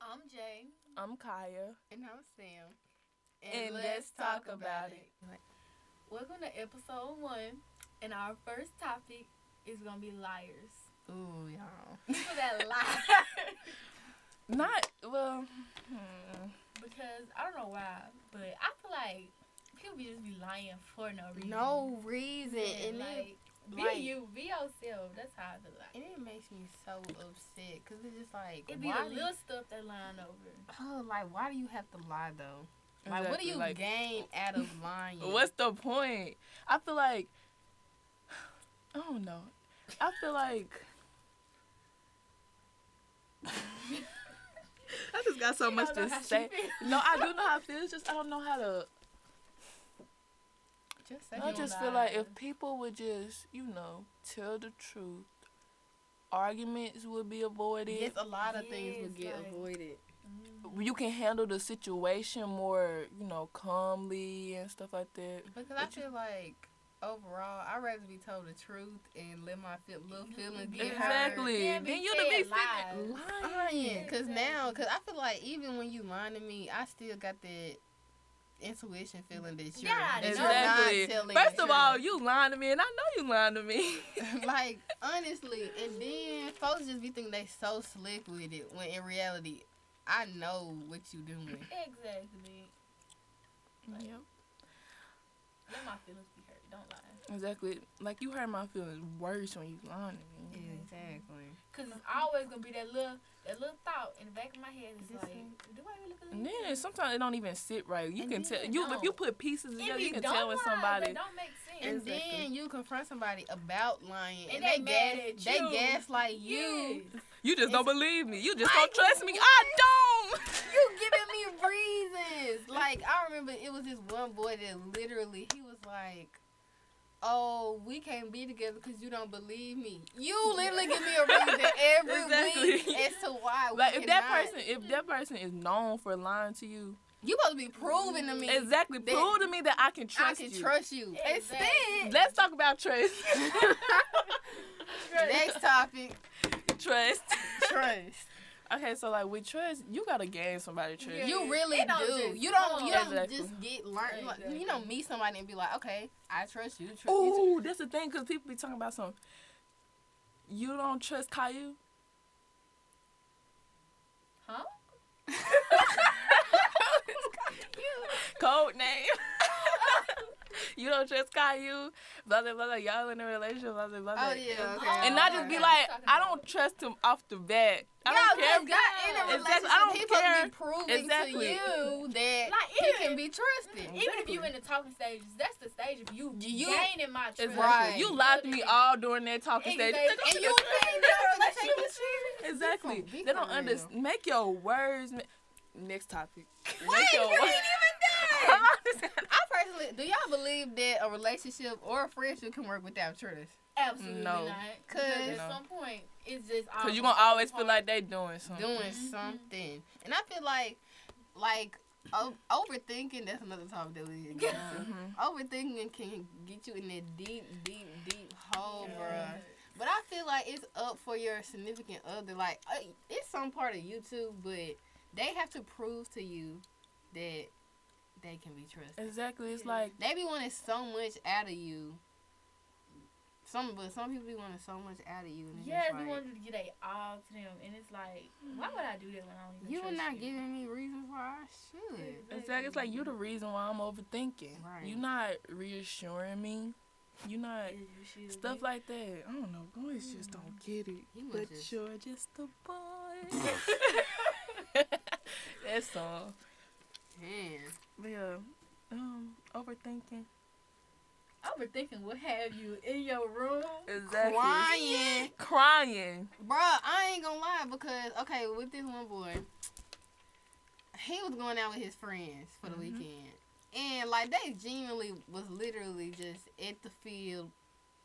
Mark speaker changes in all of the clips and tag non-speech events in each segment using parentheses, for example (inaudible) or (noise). Speaker 1: I'm Jay.
Speaker 2: I'm Kaya.
Speaker 1: And I'm Sam.
Speaker 2: And let's talk about it.
Speaker 1: Welcome to episode one. And our first topic is going to be liars.
Speaker 3: Ooh, y'all.
Speaker 1: People that lie.
Speaker 2: Not well. hmm.
Speaker 1: because I don't know why, but I feel like people be just be lying for no reason.
Speaker 3: No reason.
Speaker 1: And
Speaker 3: and
Speaker 1: like,
Speaker 3: it,
Speaker 1: be
Speaker 3: like,
Speaker 1: you, be yourself. That's how I feel like.
Speaker 3: And it makes me so upset because it's just like,
Speaker 1: It be
Speaker 3: why
Speaker 1: the
Speaker 3: do-
Speaker 1: little stuff that lying over.
Speaker 3: oh, like, why do you have to lie though? Like, what do
Speaker 2: Exactly,
Speaker 3: you
Speaker 2: like,
Speaker 3: gain out of lying?
Speaker 2: What's the point? I feel like I don't know. I feel
Speaker 3: (laughs)
Speaker 2: like I just got so
Speaker 1: She
Speaker 2: much
Speaker 1: don't know
Speaker 2: to
Speaker 1: how she
Speaker 2: say.
Speaker 1: feel.
Speaker 2: No, I do know how I feel. It's just I don't know how to.
Speaker 3: just
Speaker 1: I
Speaker 2: I
Speaker 1: do
Speaker 2: just feel like
Speaker 1: lie.
Speaker 2: if people would just, you know, tell the truth, arguments would be avoided.
Speaker 3: Yes, a lot of things will
Speaker 1: Yes,
Speaker 3: get
Speaker 1: like-
Speaker 3: avoided.
Speaker 2: you can handle the situation more, you know, calmly and stuff like that.
Speaker 3: Because I
Speaker 2: But you-
Speaker 3: feel like overall, I'd rather be told the truth and let my feel, (laughs) little feelings get
Speaker 2: Exactly.
Speaker 1: Yeah, be
Speaker 2: Then you
Speaker 1: fed
Speaker 2: to be
Speaker 1: lies.
Speaker 2: sitting
Speaker 3: hurt.
Speaker 2: lying.
Speaker 3: Lying, cause now,
Speaker 1: Exactly.
Speaker 3: cause I feel like even when you lying to me, I still got that intuition feeling that you're,
Speaker 1: Yeah, I
Speaker 3: that you're
Speaker 2: Exactly.
Speaker 3: not telling.
Speaker 2: First
Speaker 3: the
Speaker 2: of all,
Speaker 3: truth.
Speaker 2: you lying to me, and I know you lying to me.
Speaker 3: like honestly, and then folks just be thinking they so slick with it when in reality, I know what you doing.
Speaker 1: Exactly. Yep. Let my feelings be hurt. Don't lie.
Speaker 2: Exactly. Like you hurt my feelings worse when you lying to me.
Speaker 3: Exactly.
Speaker 1: Cause it's always gonna be that little that little thought in the back of my head is
Speaker 3: This
Speaker 1: like,
Speaker 3: thing.
Speaker 1: do I really
Speaker 2: And
Speaker 1: believe?
Speaker 2: then sometimes it don't even sit right. You
Speaker 1: And
Speaker 2: can
Speaker 1: then
Speaker 2: tell
Speaker 1: it
Speaker 2: you if you
Speaker 1: don't.
Speaker 2: put pieces together,
Speaker 1: It
Speaker 2: you
Speaker 1: be
Speaker 2: can
Speaker 1: dumb
Speaker 2: tell when
Speaker 1: lies
Speaker 2: somebody.
Speaker 1: that don't make sense.
Speaker 3: And
Speaker 2: Exactly.
Speaker 3: then you confront somebody about lying,
Speaker 1: And
Speaker 3: and,
Speaker 1: they
Speaker 3: they,
Speaker 1: mad at
Speaker 3: gas, they
Speaker 1: you.
Speaker 3: gaslight you.
Speaker 1: Yes.
Speaker 2: You just don't believe me. You just don't
Speaker 3: Like,
Speaker 2: trust me. I don't.
Speaker 3: you giving me reasons. Like I remember it was this one boy that literally he was like, "Oh, we can't be together because you don't believe me." You literally give me a reason every
Speaker 2: Exactly.
Speaker 3: week as to why.
Speaker 2: Like
Speaker 3: we
Speaker 2: if that
Speaker 3: cannot-
Speaker 2: person, if that person is known for lying to you,
Speaker 3: you supposed to be proving to me
Speaker 2: exactly
Speaker 3: that
Speaker 2: prove to me that I can
Speaker 3: I
Speaker 2: trust
Speaker 3: can
Speaker 2: you.
Speaker 3: trust you.
Speaker 1: Exactly.
Speaker 3: Instead,
Speaker 2: Let's talk about (laughs) trust.
Speaker 3: next topic,
Speaker 2: trust.
Speaker 3: trust.
Speaker 2: (laughs) Okay, so like with trust, you gotta gain somebody
Speaker 1: (laughs)
Speaker 2: trust.
Speaker 1: Yeah.
Speaker 3: You really
Speaker 1: It don't
Speaker 3: do.
Speaker 1: just
Speaker 3: You don't. You
Speaker 2: come.
Speaker 3: don't just get learned.
Speaker 1: Exactly.
Speaker 3: You don't meet somebody and be like, okay, I trust you. Trust you too."
Speaker 2: Oh, that's the thing, cause people be talking about some. You don't trust Caillou. (laughs)
Speaker 1: Huh?
Speaker 2: Code name. (laughs) you don't trust Caillou. Blah blah blah. blah. Y'all in a relationship. Blah blah blah. blah.
Speaker 3: Oh yeah. Okay.
Speaker 2: And not just be
Speaker 1: Oh, Okay.
Speaker 2: like, I don't trust him off the bat. I don't
Speaker 3: Y'all
Speaker 2: care.
Speaker 3: just got in a
Speaker 1: Exactly.
Speaker 3: relationship.
Speaker 2: I don't
Speaker 3: he supposed to
Speaker 2: care.
Speaker 3: be proving
Speaker 2: Exactly.
Speaker 3: to you that
Speaker 1: Like,
Speaker 3: he
Speaker 1: even-
Speaker 3: can be trusted.
Speaker 1: Even if you in the talking stages, that's the stage of you,
Speaker 3: You-
Speaker 1: gaining my trust.
Speaker 2: Exactly.
Speaker 3: Right.
Speaker 2: You lied to me all during that talking stage.
Speaker 1: Exactly.
Speaker 2: They don't
Speaker 3: And you
Speaker 2: (laughs)
Speaker 3: think that relationship is serious?
Speaker 2: Exactly.
Speaker 3: Be
Speaker 2: They don't
Speaker 3: for real.
Speaker 2: understand. Make your words. Ma- Next topic.
Speaker 3: Wait,
Speaker 2: Make
Speaker 3: you
Speaker 2: your
Speaker 3: ain't
Speaker 2: words. (laughs)
Speaker 3: even
Speaker 2: Come
Speaker 3: done.
Speaker 2: on.
Speaker 3: I personally, do y'all believe that a relationship or a friendship can work without trust?
Speaker 1: Absolutely
Speaker 2: No.
Speaker 1: not.
Speaker 3: Cause-
Speaker 1: Because at
Speaker 2: No.
Speaker 1: some point, it's just.
Speaker 2: Cause you're gonna always feel like they doing something.
Speaker 3: Doing
Speaker 1: Mhm.
Speaker 3: something, and I feel like, like o- overthinking. That's another topic that we get
Speaker 1: (laughs)
Speaker 3: into.
Speaker 2: Mhm.
Speaker 3: Overthinking can get you in that deep, deep, deep hole,
Speaker 1: Yeah.
Speaker 3: Oh, bruh. But I feel like it's up for your significant other. Like uh, it's some part of you too, but they have to prove to you that they can be trusted.
Speaker 2: Exactly. It's
Speaker 1: Yeah.
Speaker 2: like
Speaker 3: They be wanting so much out of you. Some, but some people be wanting so much out of you. And it's
Speaker 1: Yeah,
Speaker 3: just
Speaker 1: they
Speaker 3: like,
Speaker 1: want you to get a all to them, and it's like, why would I do that when I don't even
Speaker 3: you are
Speaker 1: trust
Speaker 3: not
Speaker 1: you?
Speaker 3: giving me reasons why I should.
Speaker 2: exactly. It's like you're the reason why I'm overthinking.
Speaker 3: Right.
Speaker 2: You're not reassuring me. You're not
Speaker 1: You
Speaker 2: stuff
Speaker 1: should.
Speaker 2: like that. I don't know. Boys just don't get it.
Speaker 3: He was
Speaker 2: But
Speaker 3: Mm-hmm. just-
Speaker 2: you're just a
Speaker 3: (laughs)
Speaker 2: boy. (laughs) That's all.
Speaker 3: Man,
Speaker 2: But yeah, um, overthinking.
Speaker 1: Overthinking will have you in your room.
Speaker 2: Exactly.
Speaker 3: Crying.
Speaker 2: Crying.
Speaker 3: Bruh, I ain't gonna lie because okay, with this one boy, he was going out with his friends for the
Speaker 2: Mhm.
Speaker 3: weekend, and like they genuinely was literally just at the field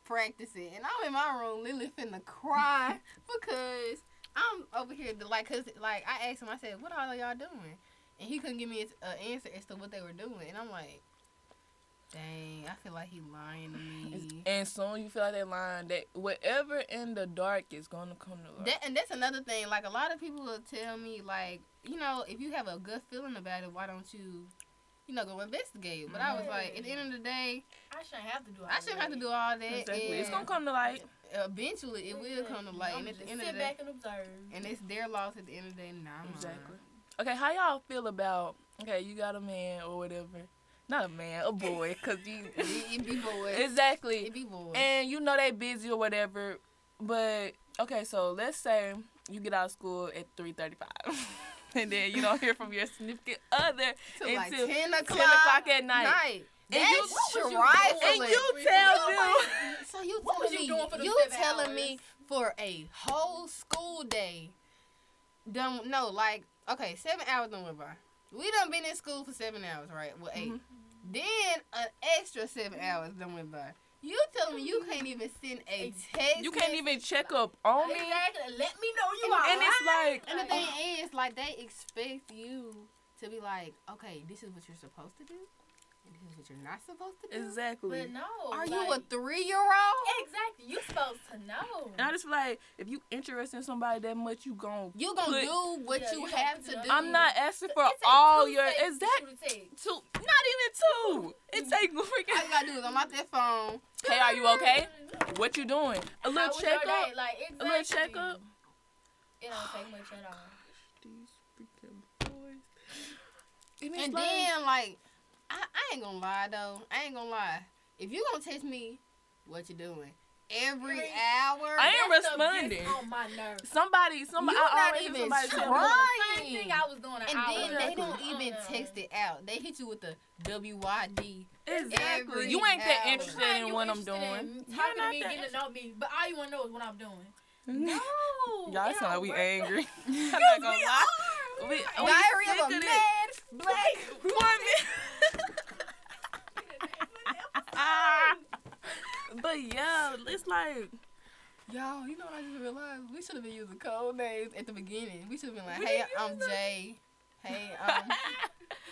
Speaker 3: practicing, and I'm in my room, literally finna
Speaker 2: (laughs)
Speaker 3: cry because I'm over here to, like, cause like I asked him, I said, "What uh, all are y'all doing?" And he couldn't give me an answer as to what they were doing, and I'm like, Dang, I feel like he lying to me.
Speaker 2: And soon you feel like that line that whatever in the dark is gonna come to light.
Speaker 3: That, and that's another thing. Like a lot of people will tell me, like you know, if you have a good feeling about it, why don't you, you know, go investigate? But I was like, at the end of the day,
Speaker 1: I shouldn't have to do all
Speaker 3: I shouldn't have to do all that.
Speaker 2: exactly. It's
Speaker 3: and
Speaker 2: gonna come to light.
Speaker 3: Eventually, it will come to light. And at the end of the
Speaker 1: sit
Speaker 3: day,
Speaker 1: back and observe.
Speaker 3: and it's their loss at the end of the day. Nah,
Speaker 2: Exactly. Okay, how y'all feel about okay, you got a man or whatever. Not a man, a boy, cause
Speaker 3: (laughs)
Speaker 2: you
Speaker 3: It, it be boys.
Speaker 2: (laughs) Exactly.
Speaker 3: It be boys.
Speaker 2: and you know they busy or whatever. But okay, so let's say you get out of school at three thirty five. (laughs) and then you don't hear from your significant other
Speaker 3: Till like
Speaker 2: until
Speaker 3: 10 o'clock,
Speaker 2: o'clock at night. And you-
Speaker 3: That's
Speaker 1: what was you
Speaker 3: trifling.
Speaker 2: and you tell them
Speaker 3: Oh So (laughs) you
Speaker 1: What was
Speaker 3: telling
Speaker 1: you
Speaker 3: me,
Speaker 1: doing for them
Speaker 3: you
Speaker 1: seven
Speaker 3: telling
Speaker 1: hours?
Speaker 3: me for a whole school day? Don't no like okay, seven hours done went by. We done been in school for seven hours, right? Well, 8
Speaker 2: Mhm.
Speaker 3: Then an extra seven hours done went by. You telling me you can't even send Mm-hmm. a text?
Speaker 2: you can't even check up on me.
Speaker 1: Exactly. Let me know you
Speaker 3: And-
Speaker 1: are.
Speaker 2: And it's like
Speaker 3: And the thing is, like they expect you to be like, okay, this is what you're supposed to do, and this is what you're not supposed to do.
Speaker 2: exactly.
Speaker 1: but no.
Speaker 3: Are you a
Speaker 1: like-
Speaker 3: three year old?
Speaker 1: Exactly. You supposed to know.
Speaker 2: And I just feel like if you interested in somebody that much, you gon'
Speaker 3: You gonna
Speaker 2: Put-
Speaker 3: do what
Speaker 1: Yeah,
Speaker 3: you,
Speaker 1: you gonna
Speaker 3: have
Speaker 1: put
Speaker 3: to
Speaker 1: it
Speaker 3: do.
Speaker 1: up.
Speaker 2: I'm not asking for
Speaker 1: It take
Speaker 2: all
Speaker 1: two
Speaker 2: your
Speaker 1: seconds to
Speaker 2: exact
Speaker 1: shoot a text.
Speaker 2: two, not even two.
Speaker 1: Mm-hmm.
Speaker 2: It take
Speaker 3: All you
Speaker 2: freaking.
Speaker 3: gotta do is I'm out that (laughs) phone.
Speaker 2: Hey, are you okay? What you doing? A
Speaker 1: How
Speaker 2: little
Speaker 1: was your
Speaker 2: checkup.
Speaker 1: day? Like,
Speaker 2: A little
Speaker 1: exactly.
Speaker 2: checkup.
Speaker 1: It don't take much at all.
Speaker 2: These freaking boys. And, it's
Speaker 3: And
Speaker 2: like-
Speaker 3: then like, I, I ain't gonna lie though. I ain't gonna lie. If you gonna text me, what you doing every
Speaker 1: Every-
Speaker 3: hour?
Speaker 2: I am
Speaker 1: That stuff gets
Speaker 2: responding.
Speaker 1: On my nerves.
Speaker 2: somebody, somebody,
Speaker 3: You
Speaker 2: I
Speaker 3: not
Speaker 2: already
Speaker 3: even
Speaker 2: somebody tell me,
Speaker 3: trying.
Speaker 1: Same thing I was doing an
Speaker 3: and
Speaker 1: hour
Speaker 3: then
Speaker 1: ago.
Speaker 3: they don't
Speaker 1: Uh-uh.
Speaker 3: even text it out. They hit you with the WYD.
Speaker 2: Exactly.
Speaker 3: Every
Speaker 2: You ain't that
Speaker 3: hour.
Speaker 2: interested
Speaker 1: How
Speaker 2: in
Speaker 1: you
Speaker 2: what I'm
Speaker 1: interested
Speaker 2: doing.
Speaker 1: in
Speaker 2: You're
Speaker 1: Talking to
Speaker 2: not
Speaker 1: me,
Speaker 2: that
Speaker 1: getting to know me, but all you want to know is what I'm doing.
Speaker 2: (laughs)
Speaker 1: No.
Speaker 2: interested. Y'all
Speaker 1: it
Speaker 2: sound like
Speaker 1: don't
Speaker 2: we
Speaker 1: work
Speaker 2: angry. (laughs) I'm not gonna
Speaker 3: Yes, we
Speaker 2: lie. We-
Speaker 3: are.
Speaker 2: we
Speaker 3: Diary
Speaker 2: sick
Speaker 3: of a
Speaker 2: of this. (laughs)
Speaker 3: mad black
Speaker 2: woman. (laughs) but yeah, it's like
Speaker 3: Y'all, you know what I just realized? We should have been using code names at the beginning. We should have been like,
Speaker 2: We
Speaker 3: hey,
Speaker 2: didn't
Speaker 3: I'm
Speaker 2: use them.
Speaker 3: Jay. Hey, um,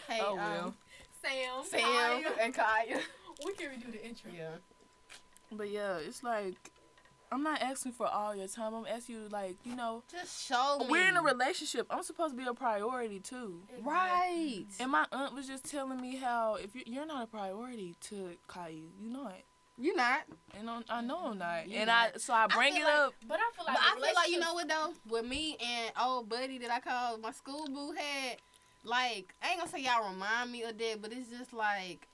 Speaker 3: hey,
Speaker 2: Oh,
Speaker 3: um,
Speaker 2: well.
Speaker 1: Sam.
Speaker 3: Sam
Speaker 1: Kaya,
Speaker 3: and Kaya.
Speaker 1: When can we do the intro?
Speaker 3: Yeah.
Speaker 2: But yeah, it's like I'm not asking for all your time. I'm asking you like, you know,
Speaker 3: Just show me.
Speaker 2: Oh, we're in a relationship. I'm supposed to be a priority too.
Speaker 3: Right.
Speaker 2: And my aunt was just telling me how if you, you're not a priority to Caillou, you're not.
Speaker 3: You not.
Speaker 2: And I'm, I know I'm not.
Speaker 3: You're
Speaker 2: and
Speaker 3: not.
Speaker 2: I so I bring
Speaker 3: feel
Speaker 2: it
Speaker 3: like-
Speaker 2: up.
Speaker 1: But I feel
Speaker 3: But
Speaker 1: like
Speaker 3: I
Speaker 1: the
Speaker 3: feel like you
Speaker 1: relationship-
Speaker 3: know what though, with me and old buddy that I call my school boo had, like I ain't gonna say y'all remind me of that, but it's just like,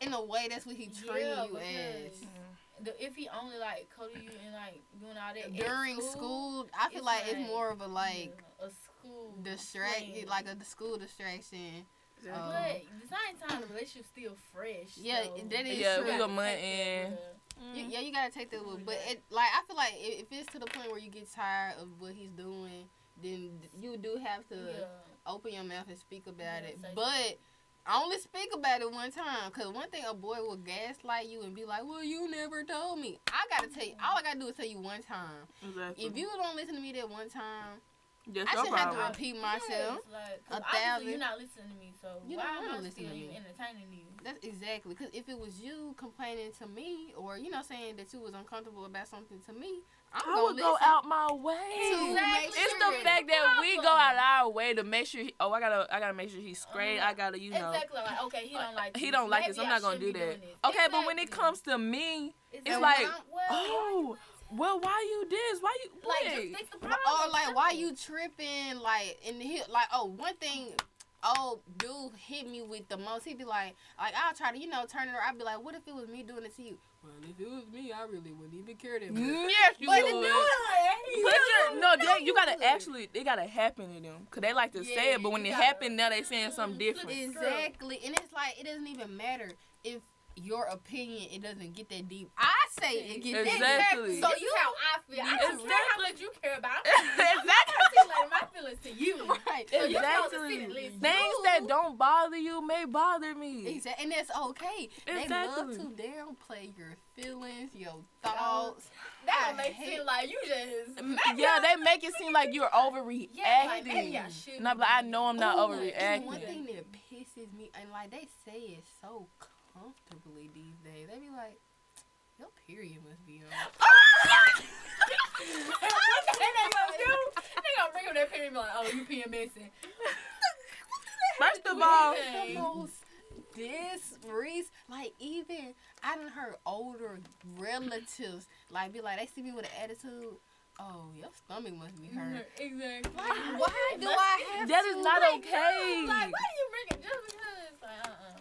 Speaker 3: in a way that's what he treating
Speaker 1: Yeah,
Speaker 3: you as.
Speaker 1: because- the, if he only like cuddle you and like doing all that at
Speaker 3: During school, I feel
Speaker 1: it's
Speaker 3: like,
Speaker 1: like-
Speaker 3: it's more of a like
Speaker 1: yeah, a school
Speaker 3: distract,
Speaker 1: friend.
Speaker 3: like a school distraction.
Speaker 1: But
Speaker 3: um,
Speaker 1: at the same time, the relationship still fresh.
Speaker 3: Yeah,
Speaker 1: so
Speaker 3: that is
Speaker 2: Yeah,
Speaker 3: true.
Speaker 2: we
Speaker 1: gotta
Speaker 2: a month
Speaker 1: take that
Speaker 2: in.
Speaker 1: with a-
Speaker 3: You, yeah, you gotta take that with, but it like I feel like if, if it's to the point where you get tired of what he's doing, then you do have to
Speaker 1: yeah.
Speaker 3: open your mouth and speak about
Speaker 1: Yeah,
Speaker 3: it.
Speaker 1: say
Speaker 3: But only speak about it one time, cause one thing a boy will gaslight you and be like, "Well, you never told me." I gotta tell you, all I gotta do is tell you one time.
Speaker 2: Um, Exactly.
Speaker 3: If you don't listen to me that one time,
Speaker 2: That's
Speaker 3: I
Speaker 2: your
Speaker 3: shouldn't have to
Speaker 2: problem.
Speaker 3: repeat myself.
Speaker 1: Yes, like, 'cause
Speaker 3: A
Speaker 1: obviously
Speaker 3: thousand.
Speaker 1: You're not listening to me, so
Speaker 3: You
Speaker 1: why
Speaker 3: don't
Speaker 1: am
Speaker 3: wanna
Speaker 1: I
Speaker 3: listen
Speaker 1: still
Speaker 3: to
Speaker 1: even
Speaker 3: me.
Speaker 1: entertaining you?
Speaker 3: That's exactly, cause if it was you complaining to me, or you know, saying that you was uncomfortable about something to me, I'm
Speaker 2: I
Speaker 3: gonna
Speaker 2: would go
Speaker 3: listen.
Speaker 2: out my way.
Speaker 3: to
Speaker 1: Exactly.
Speaker 3: make
Speaker 2: It's
Speaker 3: sure
Speaker 2: the fact that we go out our way to make sure. He, oh, I gotta, I gotta make sure he's straight.
Speaker 1: Uh-huh.
Speaker 2: I gotta, you know.
Speaker 1: Exactly. Like, okay, he don't like.
Speaker 2: He
Speaker 1: this.
Speaker 2: don't like this.
Speaker 1: Maybe
Speaker 2: I'm
Speaker 1: I
Speaker 2: not gonna do
Speaker 1: shouldn't be
Speaker 2: that.
Speaker 1: doing
Speaker 2: Okay,
Speaker 1: this.
Speaker 2: but when it
Speaker 1: Exactly.
Speaker 2: comes to me,
Speaker 1: Exactly.
Speaker 2: it's
Speaker 3: And
Speaker 2: like,
Speaker 3: when I'm-
Speaker 1: well,
Speaker 2: oh, well, why you this? Why you?
Speaker 1: like
Speaker 2: boy,
Speaker 1: just fix the problem.
Speaker 3: Or Oh, like, why
Speaker 1: simple.
Speaker 3: you tripping? Like, and he like, oh, one thing, oh, dude hit me with the most. He'd be like, like I'll try to, you know, turn it. around. I'd be like, what if it was me doing it to you? Well, if it was me, I really wouldn't even care that
Speaker 2: Yes, you
Speaker 3: But it
Speaker 2: would.
Speaker 3: do
Speaker 2: But you're- no, they, you gotta actually, it gotta happen to them, cause they like to say
Speaker 1: Yeah,
Speaker 2: it, but when
Speaker 1: you
Speaker 2: it
Speaker 1: gotta- Mm,
Speaker 2: happen, now they saying something
Speaker 1: Flip
Speaker 2: different. (laughs)
Speaker 1: it.
Speaker 3: Exactly, and it's like it doesn't even matter if your opinion it doesn't get that deep. I say it gets
Speaker 1: So
Speaker 2: Exactly.
Speaker 3: that deep. So
Speaker 1: you how (laughs) I feel. I don't care how
Speaker 2: Exactly.
Speaker 1: much you care about. (laughs)
Speaker 2: (laughs)
Speaker 1: I'm
Speaker 2: Exactly.
Speaker 1: articulating my feelings to you. (laughs)
Speaker 3: right.
Speaker 1: So you supposed to
Speaker 2: Exactly.
Speaker 1: sit and
Speaker 2: Things
Speaker 1: listen.
Speaker 2: that don't bother you may bother me.
Speaker 3: Exactly. And that's okay.
Speaker 2: Exactly.
Speaker 3: They love to downplay your feelings, your thoughts.
Speaker 1: That
Speaker 3: I
Speaker 1: don't make
Speaker 3: hate-
Speaker 1: sense like you just.
Speaker 2: M- Mm, Yeah, they make it seem like you're overreacting.
Speaker 1: (laughs) Yeah, like, maybe I should. Oh
Speaker 2: and I'm like, I know I'm not
Speaker 3: Ooh, Oh, and One
Speaker 2: overreacting.
Speaker 3: thing that pisses me, and like they say it so comfortably these days. They be like, your period must be on.
Speaker 1: (laughs)
Speaker 2: (laughs)
Speaker 1: They gonna bring up that period and be like, oh, you PMSing.
Speaker 2: First of all,
Speaker 1: Hey.
Speaker 3: the most disres like even I done heard older relatives like be like they see me with an attitude. Oh, your stomach must be hurt.
Speaker 1: (laughs) Exactly.
Speaker 2: Mm-hmm.
Speaker 3: Like, why do I have
Speaker 2: that is
Speaker 3: to,
Speaker 2: not
Speaker 3: like,
Speaker 2: okay.
Speaker 1: Like, why do you bring it just because? Like, uh-uh.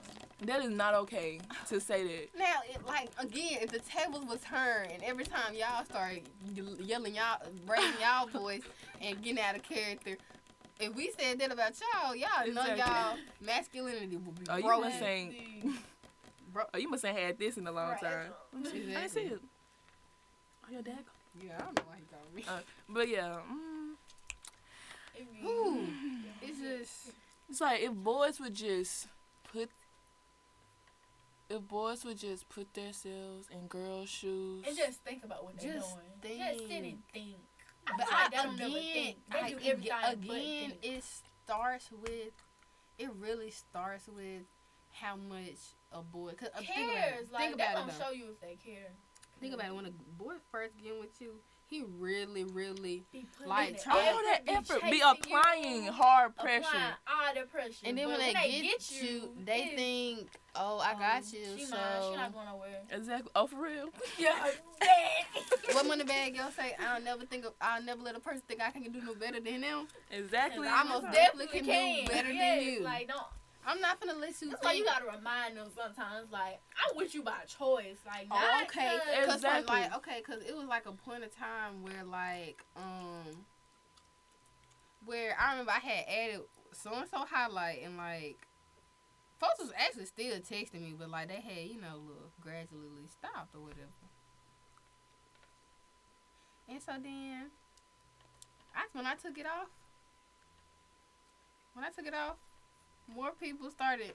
Speaker 2: That is not okay to say that.
Speaker 3: Now, it, like again, if the tables was turned and every time y'all started ye- yelling y'all, raising
Speaker 1: (laughs)
Speaker 3: y'all voice and getting out of character, if we said that about y'all, y'all know
Speaker 2: Exactly.
Speaker 3: y'all masculinity would be
Speaker 2: Oh, you
Speaker 3: broken.
Speaker 2: must say- (laughs)
Speaker 3: Bro-
Speaker 2: Oh, you must have had this in a long
Speaker 1: Right.
Speaker 2: time. I didn't see
Speaker 3: Exactly.
Speaker 2: it. Oh, your dad.
Speaker 3: Yeah, I don't know why he called me.
Speaker 2: Uh, But yeah,
Speaker 1: (laughs)
Speaker 2: mm,
Speaker 3: Ooh, it's just
Speaker 2: it's like if boys would just put, if boys would just put themselves in girls' shoes.
Speaker 1: And just think about what they're
Speaker 3: Just
Speaker 1: doing. Just sit and think. I
Speaker 3: But
Speaker 1: feel
Speaker 3: I,
Speaker 1: like they don't ever
Speaker 3: again,
Speaker 1: think. They
Speaker 3: I-
Speaker 1: do
Speaker 3: ag-
Speaker 1: everything but
Speaker 3: again,
Speaker 1: think.
Speaker 3: it starts with, it really starts with how much a boy cause, uh, Think about
Speaker 1: Cares.
Speaker 3: it.
Speaker 1: Like,
Speaker 3: think
Speaker 1: they
Speaker 3: about
Speaker 1: gonna
Speaker 3: it. though.
Speaker 1: show you if they care.
Speaker 3: Think about it. When a boy first get with you, he really, really,
Speaker 1: Be putting
Speaker 3: Like,
Speaker 1: in the
Speaker 3: try-
Speaker 2: all that effort, be
Speaker 1: chasing
Speaker 2: applying
Speaker 1: you,
Speaker 2: hard
Speaker 1: applying
Speaker 2: pressure.
Speaker 1: all the pressure.
Speaker 3: and then
Speaker 1: But
Speaker 3: when they, get, you, they
Speaker 1: it's,
Speaker 3: think, oh, I
Speaker 1: um,
Speaker 3: got you.
Speaker 1: She
Speaker 3: so,
Speaker 1: mine. She not going nowhere.
Speaker 2: Exactly. Oh, for real.
Speaker 1: (laughs) Yeah.
Speaker 3: (laughs) what money bag y'all say? I'll never think of. I'll never let a person think I can do no better than them.
Speaker 2: (laughs) Exactly.
Speaker 3: I most definitely can do better than
Speaker 1: Yes,
Speaker 3: you.
Speaker 1: Like don't.
Speaker 3: I'm not gonna let you.
Speaker 1: That's why you
Speaker 3: think-
Speaker 1: gotta remind them sometimes. Like I'm with you by choice. Like
Speaker 3: Oh,
Speaker 1: not
Speaker 3: okay.
Speaker 1: 'cause-
Speaker 3: Cause when,
Speaker 2: Exactly.
Speaker 3: like, okay, because it was like a point of time where, like, um, where I remember I had added so and so highlight, and like, folks was actually still texting me, but like, they had, you know, little gradually stopped or whatever. And so then, I, when I took it off, when I took it off, more people started.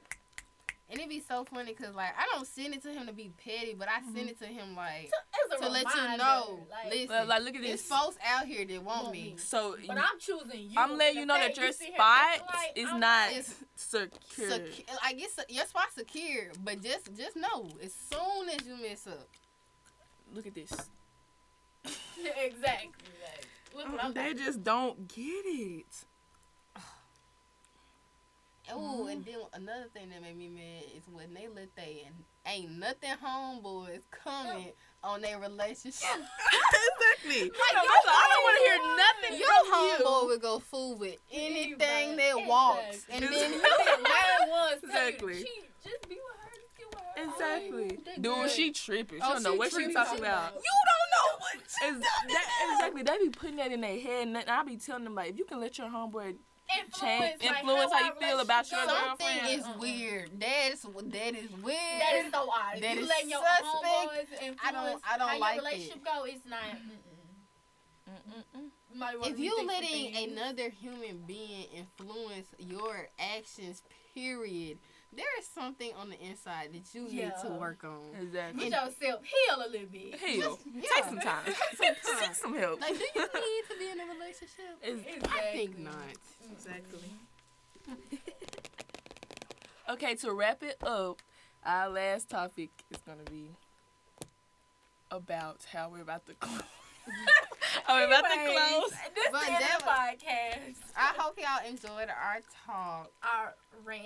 Speaker 3: And it'd be so funny because, like, I don't send it to him to be petty, but
Speaker 1: Mm-hmm.
Speaker 3: I send it to him, like,
Speaker 1: It's a
Speaker 3: to let you
Speaker 1: reminder,
Speaker 3: know.
Speaker 1: Like,
Speaker 3: listen,
Speaker 2: Well, like, look at
Speaker 3: there's
Speaker 2: this.
Speaker 3: folks out here that want
Speaker 1: Want
Speaker 3: me.
Speaker 1: me.
Speaker 2: So
Speaker 1: but I'm choosing you.
Speaker 2: I'm letting you
Speaker 1: The
Speaker 2: know
Speaker 1: fact
Speaker 2: that your
Speaker 1: sit here and
Speaker 2: spot
Speaker 1: think, like,
Speaker 2: is
Speaker 1: I'm-
Speaker 2: not
Speaker 3: It's
Speaker 2: secure.
Speaker 3: secu- I guess your spot's secure, but just just know as soon as you mess up,
Speaker 2: Look at this.
Speaker 1: (laughs) exactly. Like, look what I'm
Speaker 2: Mm, They
Speaker 1: doing.
Speaker 2: just don't get it.
Speaker 1: Mm-hmm.
Speaker 3: Oh, and then another thing that made me mad is when they let they and ain't nothing homeboys comment on their relationship.
Speaker 2: exactly.
Speaker 3: Like,
Speaker 2: I, don't want to hear nothing
Speaker 3: Your
Speaker 2: from
Speaker 3: homeboy
Speaker 2: you.
Speaker 3: would go fool with anything
Speaker 1: Anybody.
Speaker 3: that walks,
Speaker 1: Exactly.
Speaker 3: and then
Speaker 1: (laughs)
Speaker 3: you
Speaker 1: That one tell you,
Speaker 2: Exactly.
Speaker 1: "She- Just be with her. Just be with her.
Speaker 2: Exactly.
Speaker 1: Oh, that girl.
Speaker 2: Dude, she tripping. She
Speaker 3: Oh,
Speaker 2: don't know
Speaker 3: she
Speaker 2: what she
Speaker 3: tripping.
Speaker 2: talking about.
Speaker 3: you don't know (laughs) what.
Speaker 2: Is that, exactly. They be putting that in their head, and I be telling them like, if you can let your homeboy
Speaker 1: Influence, like,
Speaker 2: influence how
Speaker 1: our
Speaker 2: you feel about your
Speaker 1: relationship goes.
Speaker 2: girl.
Speaker 3: Something is
Speaker 1: uh-uh.
Speaker 3: weird. That's that is weird.
Speaker 1: That is so odd.
Speaker 3: That
Speaker 1: That you
Speaker 3: is
Speaker 1: letting your
Speaker 3: suspect.
Speaker 1: homeboys influence
Speaker 3: I don't- I don't
Speaker 1: how
Speaker 3: like it.
Speaker 1: your relationship go. It's not. Mm-mm. Might wanna
Speaker 3: if you
Speaker 1: rethink some
Speaker 3: letting
Speaker 1: things.
Speaker 3: another human being influence your actions, period, there is something on the inside that you need to
Speaker 1: Yeah.
Speaker 3: work on.
Speaker 2: Exactly.
Speaker 1: get yourself heal a little bit.
Speaker 2: Heal.
Speaker 3: Yeah.
Speaker 2: Take some time.
Speaker 3: Take some time.
Speaker 2: Seek some help.
Speaker 3: Like, do you need to be in a relationship?
Speaker 2: (laughs) It's-
Speaker 3: I think
Speaker 1: Exactly.
Speaker 3: not.
Speaker 1: Exactly.
Speaker 2: Okay, to wrap it up, our last topic is gonna be about how we're about to (laughs) close. I'm about to close.
Speaker 1: This
Speaker 3: But
Speaker 1: is
Speaker 3: that
Speaker 1: the podcast.
Speaker 3: I hope y'all enjoyed our talk,
Speaker 1: Our rant.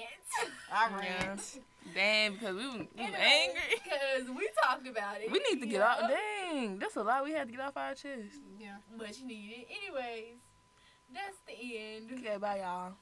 Speaker 3: our
Speaker 2: Yeah.
Speaker 3: rant.
Speaker 2: Damn, because we, were- we were
Speaker 1: (laughs) Anyway,
Speaker 2: angry.
Speaker 1: Cause we talked about it.
Speaker 2: We need to get
Speaker 1: Yeah.
Speaker 2: off. Dang, that's a lot we had to get off our chest.
Speaker 3: Yeah.
Speaker 1: Much needed. Anyways, that's the end.
Speaker 2: Okay, bye y'all.